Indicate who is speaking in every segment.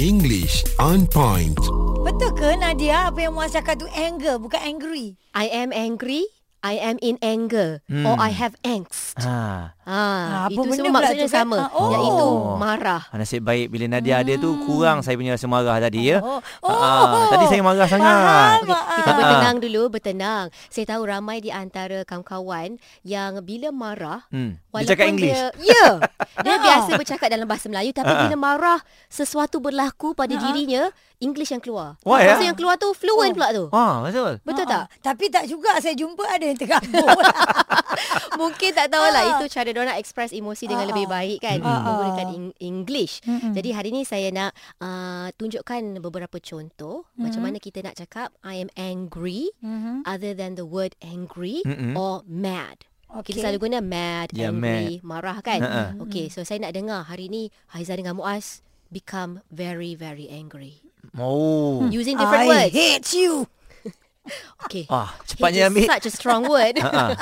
Speaker 1: English on point.
Speaker 2: Betul ke Nadia apa yang Muaz cakap tu anger bukan angry?
Speaker 3: I am angry. I am in anger hmm. or I have angst. Ha,
Speaker 4: Ha.
Speaker 2: Ah, apa
Speaker 3: itu
Speaker 2: benda
Speaker 3: semua
Speaker 2: pula
Speaker 3: maksudnya
Speaker 2: tu kan?
Speaker 3: sama.
Speaker 2: Ah, oh.
Speaker 3: Iaitu marah.
Speaker 4: Nasib baik bila Nadia hmm. ada tu kurang saya punya rasa marah tadi ya.
Speaker 2: Oh.
Speaker 4: Ah, tadi saya marah sangat.
Speaker 2: Faham,
Speaker 3: Okey,
Speaker 2: faham.
Speaker 3: kita
Speaker 4: Ah.
Speaker 3: bertenang dulu, bertenang. Saya tahu ramai di antara kawan-kawan yang bila marah,
Speaker 4: Hmm. Dia
Speaker 3: walaupun
Speaker 4: cakap English.
Speaker 3: Dia, ya. Dia
Speaker 2: Ah.
Speaker 3: biasa bercakap dalam bahasa Melayu tapi
Speaker 4: Ah.
Speaker 3: bila marah sesuatu berlaku pada dirinya, English yang keluar.
Speaker 4: Why,
Speaker 3: Bahasa
Speaker 4: ah?
Speaker 3: yang keluar tu fluent
Speaker 2: Ah, Oh.
Speaker 3: pula tu.
Speaker 4: Wah, betul.
Speaker 3: Betul
Speaker 2: Ah,
Speaker 3: tak?
Speaker 2: ah. Tapi tak juga saya jumpa ada yang terkabur.
Speaker 3: Mungkin tak tahulah
Speaker 2: Ah.
Speaker 3: itu cara diorang express emosi
Speaker 2: Ah,
Speaker 3: dengan lebih
Speaker 2: ah.
Speaker 3: baik kan
Speaker 2: Mm-mm.
Speaker 3: menggunakan
Speaker 2: Ah.
Speaker 3: in- English.
Speaker 2: Mm-mm.
Speaker 3: Jadi hari ni saya nak uh, tunjukkan beberapa contoh
Speaker 2: Hmm.
Speaker 3: macam mana kita nak cakap I am angry
Speaker 2: Mhm.
Speaker 3: other than the word angry
Speaker 4: Mm-mm.
Speaker 3: or mad.
Speaker 2: Okey.
Speaker 3: Kita selalu guna mad,
Speaker 4: Ya,
Speaker 3: angry, marah kan?
Speaker 4: Ha-ha.
Speaker 3: Okay, so saya nak dengar hari ni Haiza dengan Muaz become very very angry
Speaker 4: Oh.
Speaker 3: using
Speaker 2: Hmm. I
Speaker 3: different words.
Speaker 2: hate you.
Speaker 3: Okay.
Speaker 4: Ah,
Speaker 3: Hate
Speaker 4: cepatnya
Speaker 3: is
Speaker 4: ambil.
Speaker 3: such a strong word.
Speaker 4: Ha-ha.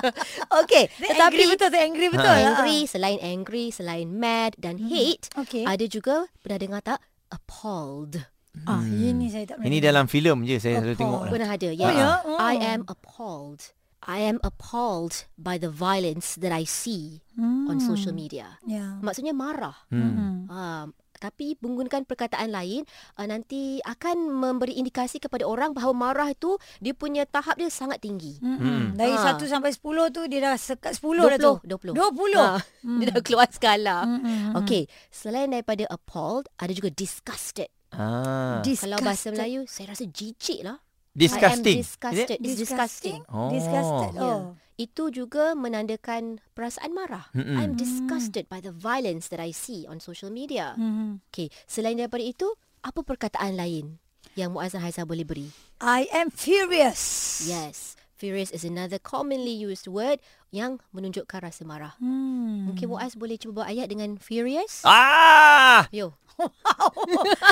Speaker 3: okay,
Speaker 2: Dia angry
Speaker 3: tetapi
Speaker 2: betul, dia angry betul. Ah, ah.
Speaker 3: angry selain angry selain mad dan hate
Speaker 2: Okey.
Speaker 3: ada juga pernah dengar tak appalled
Speaker 2: Ah, ini saya tak
Speaker 4: Ini dalam filem je saya
Speaker 2: Appalled.
Speaker 4: selalu tengok.
Speaker 3: pernah ada
Speaker 2: Oh, ya?
Speaker 3: ya
Speaker 2: Oh.
Speaker 3: i am appalled i am appalled by the violence that i see
Speaker 2: Hmm.
Speaker 3: on social media
Speaker 2: Ya.
Speaker 3: maksudnya marah
Speaker 4: Hmm.
Speaker 2: Hmm.
Speaker 3: um, tapi menggunakan perkataan lain uh, nanti akan memberi indikasi kepada orang bahawa marah itu dia punya tahap dia sangat tinggi
Speaker 2: Hmm. Dari
Speaker 3: Ah.
Speaker 2: 1 sampai 10 tu dia dah sekat 10 dah lah tu. Hmm.
Speaker 3: 20 20
Speaker 2: 20.
Speaker 3: Ah, dia dah keluar skala
Speaker 4: Ha.
Speaker 2: Hmm.
Speaker 3: Okay, selain daripada appalled, ada juga disgusted.
Speaker 4: Ah.
Speaker 2: Disgusted.
Speaker 3: Kalau bahasa Melayu, saya rasa jijik lah. I am
Speaker 4: Disgusting. Is it?
Speaker 3: disgusted. It's disgusting.
Speaker 4: Oh.
Speaker 2: Disgusted.
Speaker 3: Ya.
Speaker 2: Oh.
Speaker 3: Itu juga menandakan perasaan marah.
Speaker 4: Mm-mm. Mm.
Speaker 3: I'm disgusted by the violence that I see on social media.
Speaker 4: Mm.
Speaker 2: Hmm.
Speaker 3: Okay, selain daripada itu, apa perkataan lain yang Muazzam Haizah boleh beri?
Speaker 2: I am furious.
Speaker 3: Yes, furious is another commonly used word yang menunjukkan rasa marah.
Speaker 2: Hmm.
Speaker 3: Mungkin Muaz boleh cuba buat ayat dengan furious?
Speaker 4: Mm. Ah.
Speaker 3: Yo,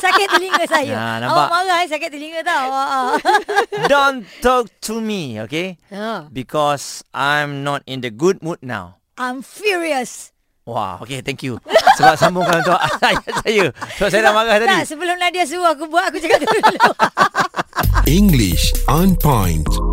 Speaker 2: sakit telinga saya.
Speaker 4: Ya,
Speaker 2: Awak
Speaker 4: nampak.
Speaker 2: marah eh, sakit telinga tau. Ah, ah.
Speaker 4: Don't talk to me, okay?
Speaker 3: ha.
Speaker 4: Because I'm not in the good mood now.
Speaker 2: I'm furious.
Speaker 4: Wah, okay, thank you. Sebab sambungkan untuk ayat saya. Sebab saya dah marah tadi.
Speaker 2: Tak, sebelum Nadia suruh aku buat, aku cakap dulu.
Speaker 1: English on point.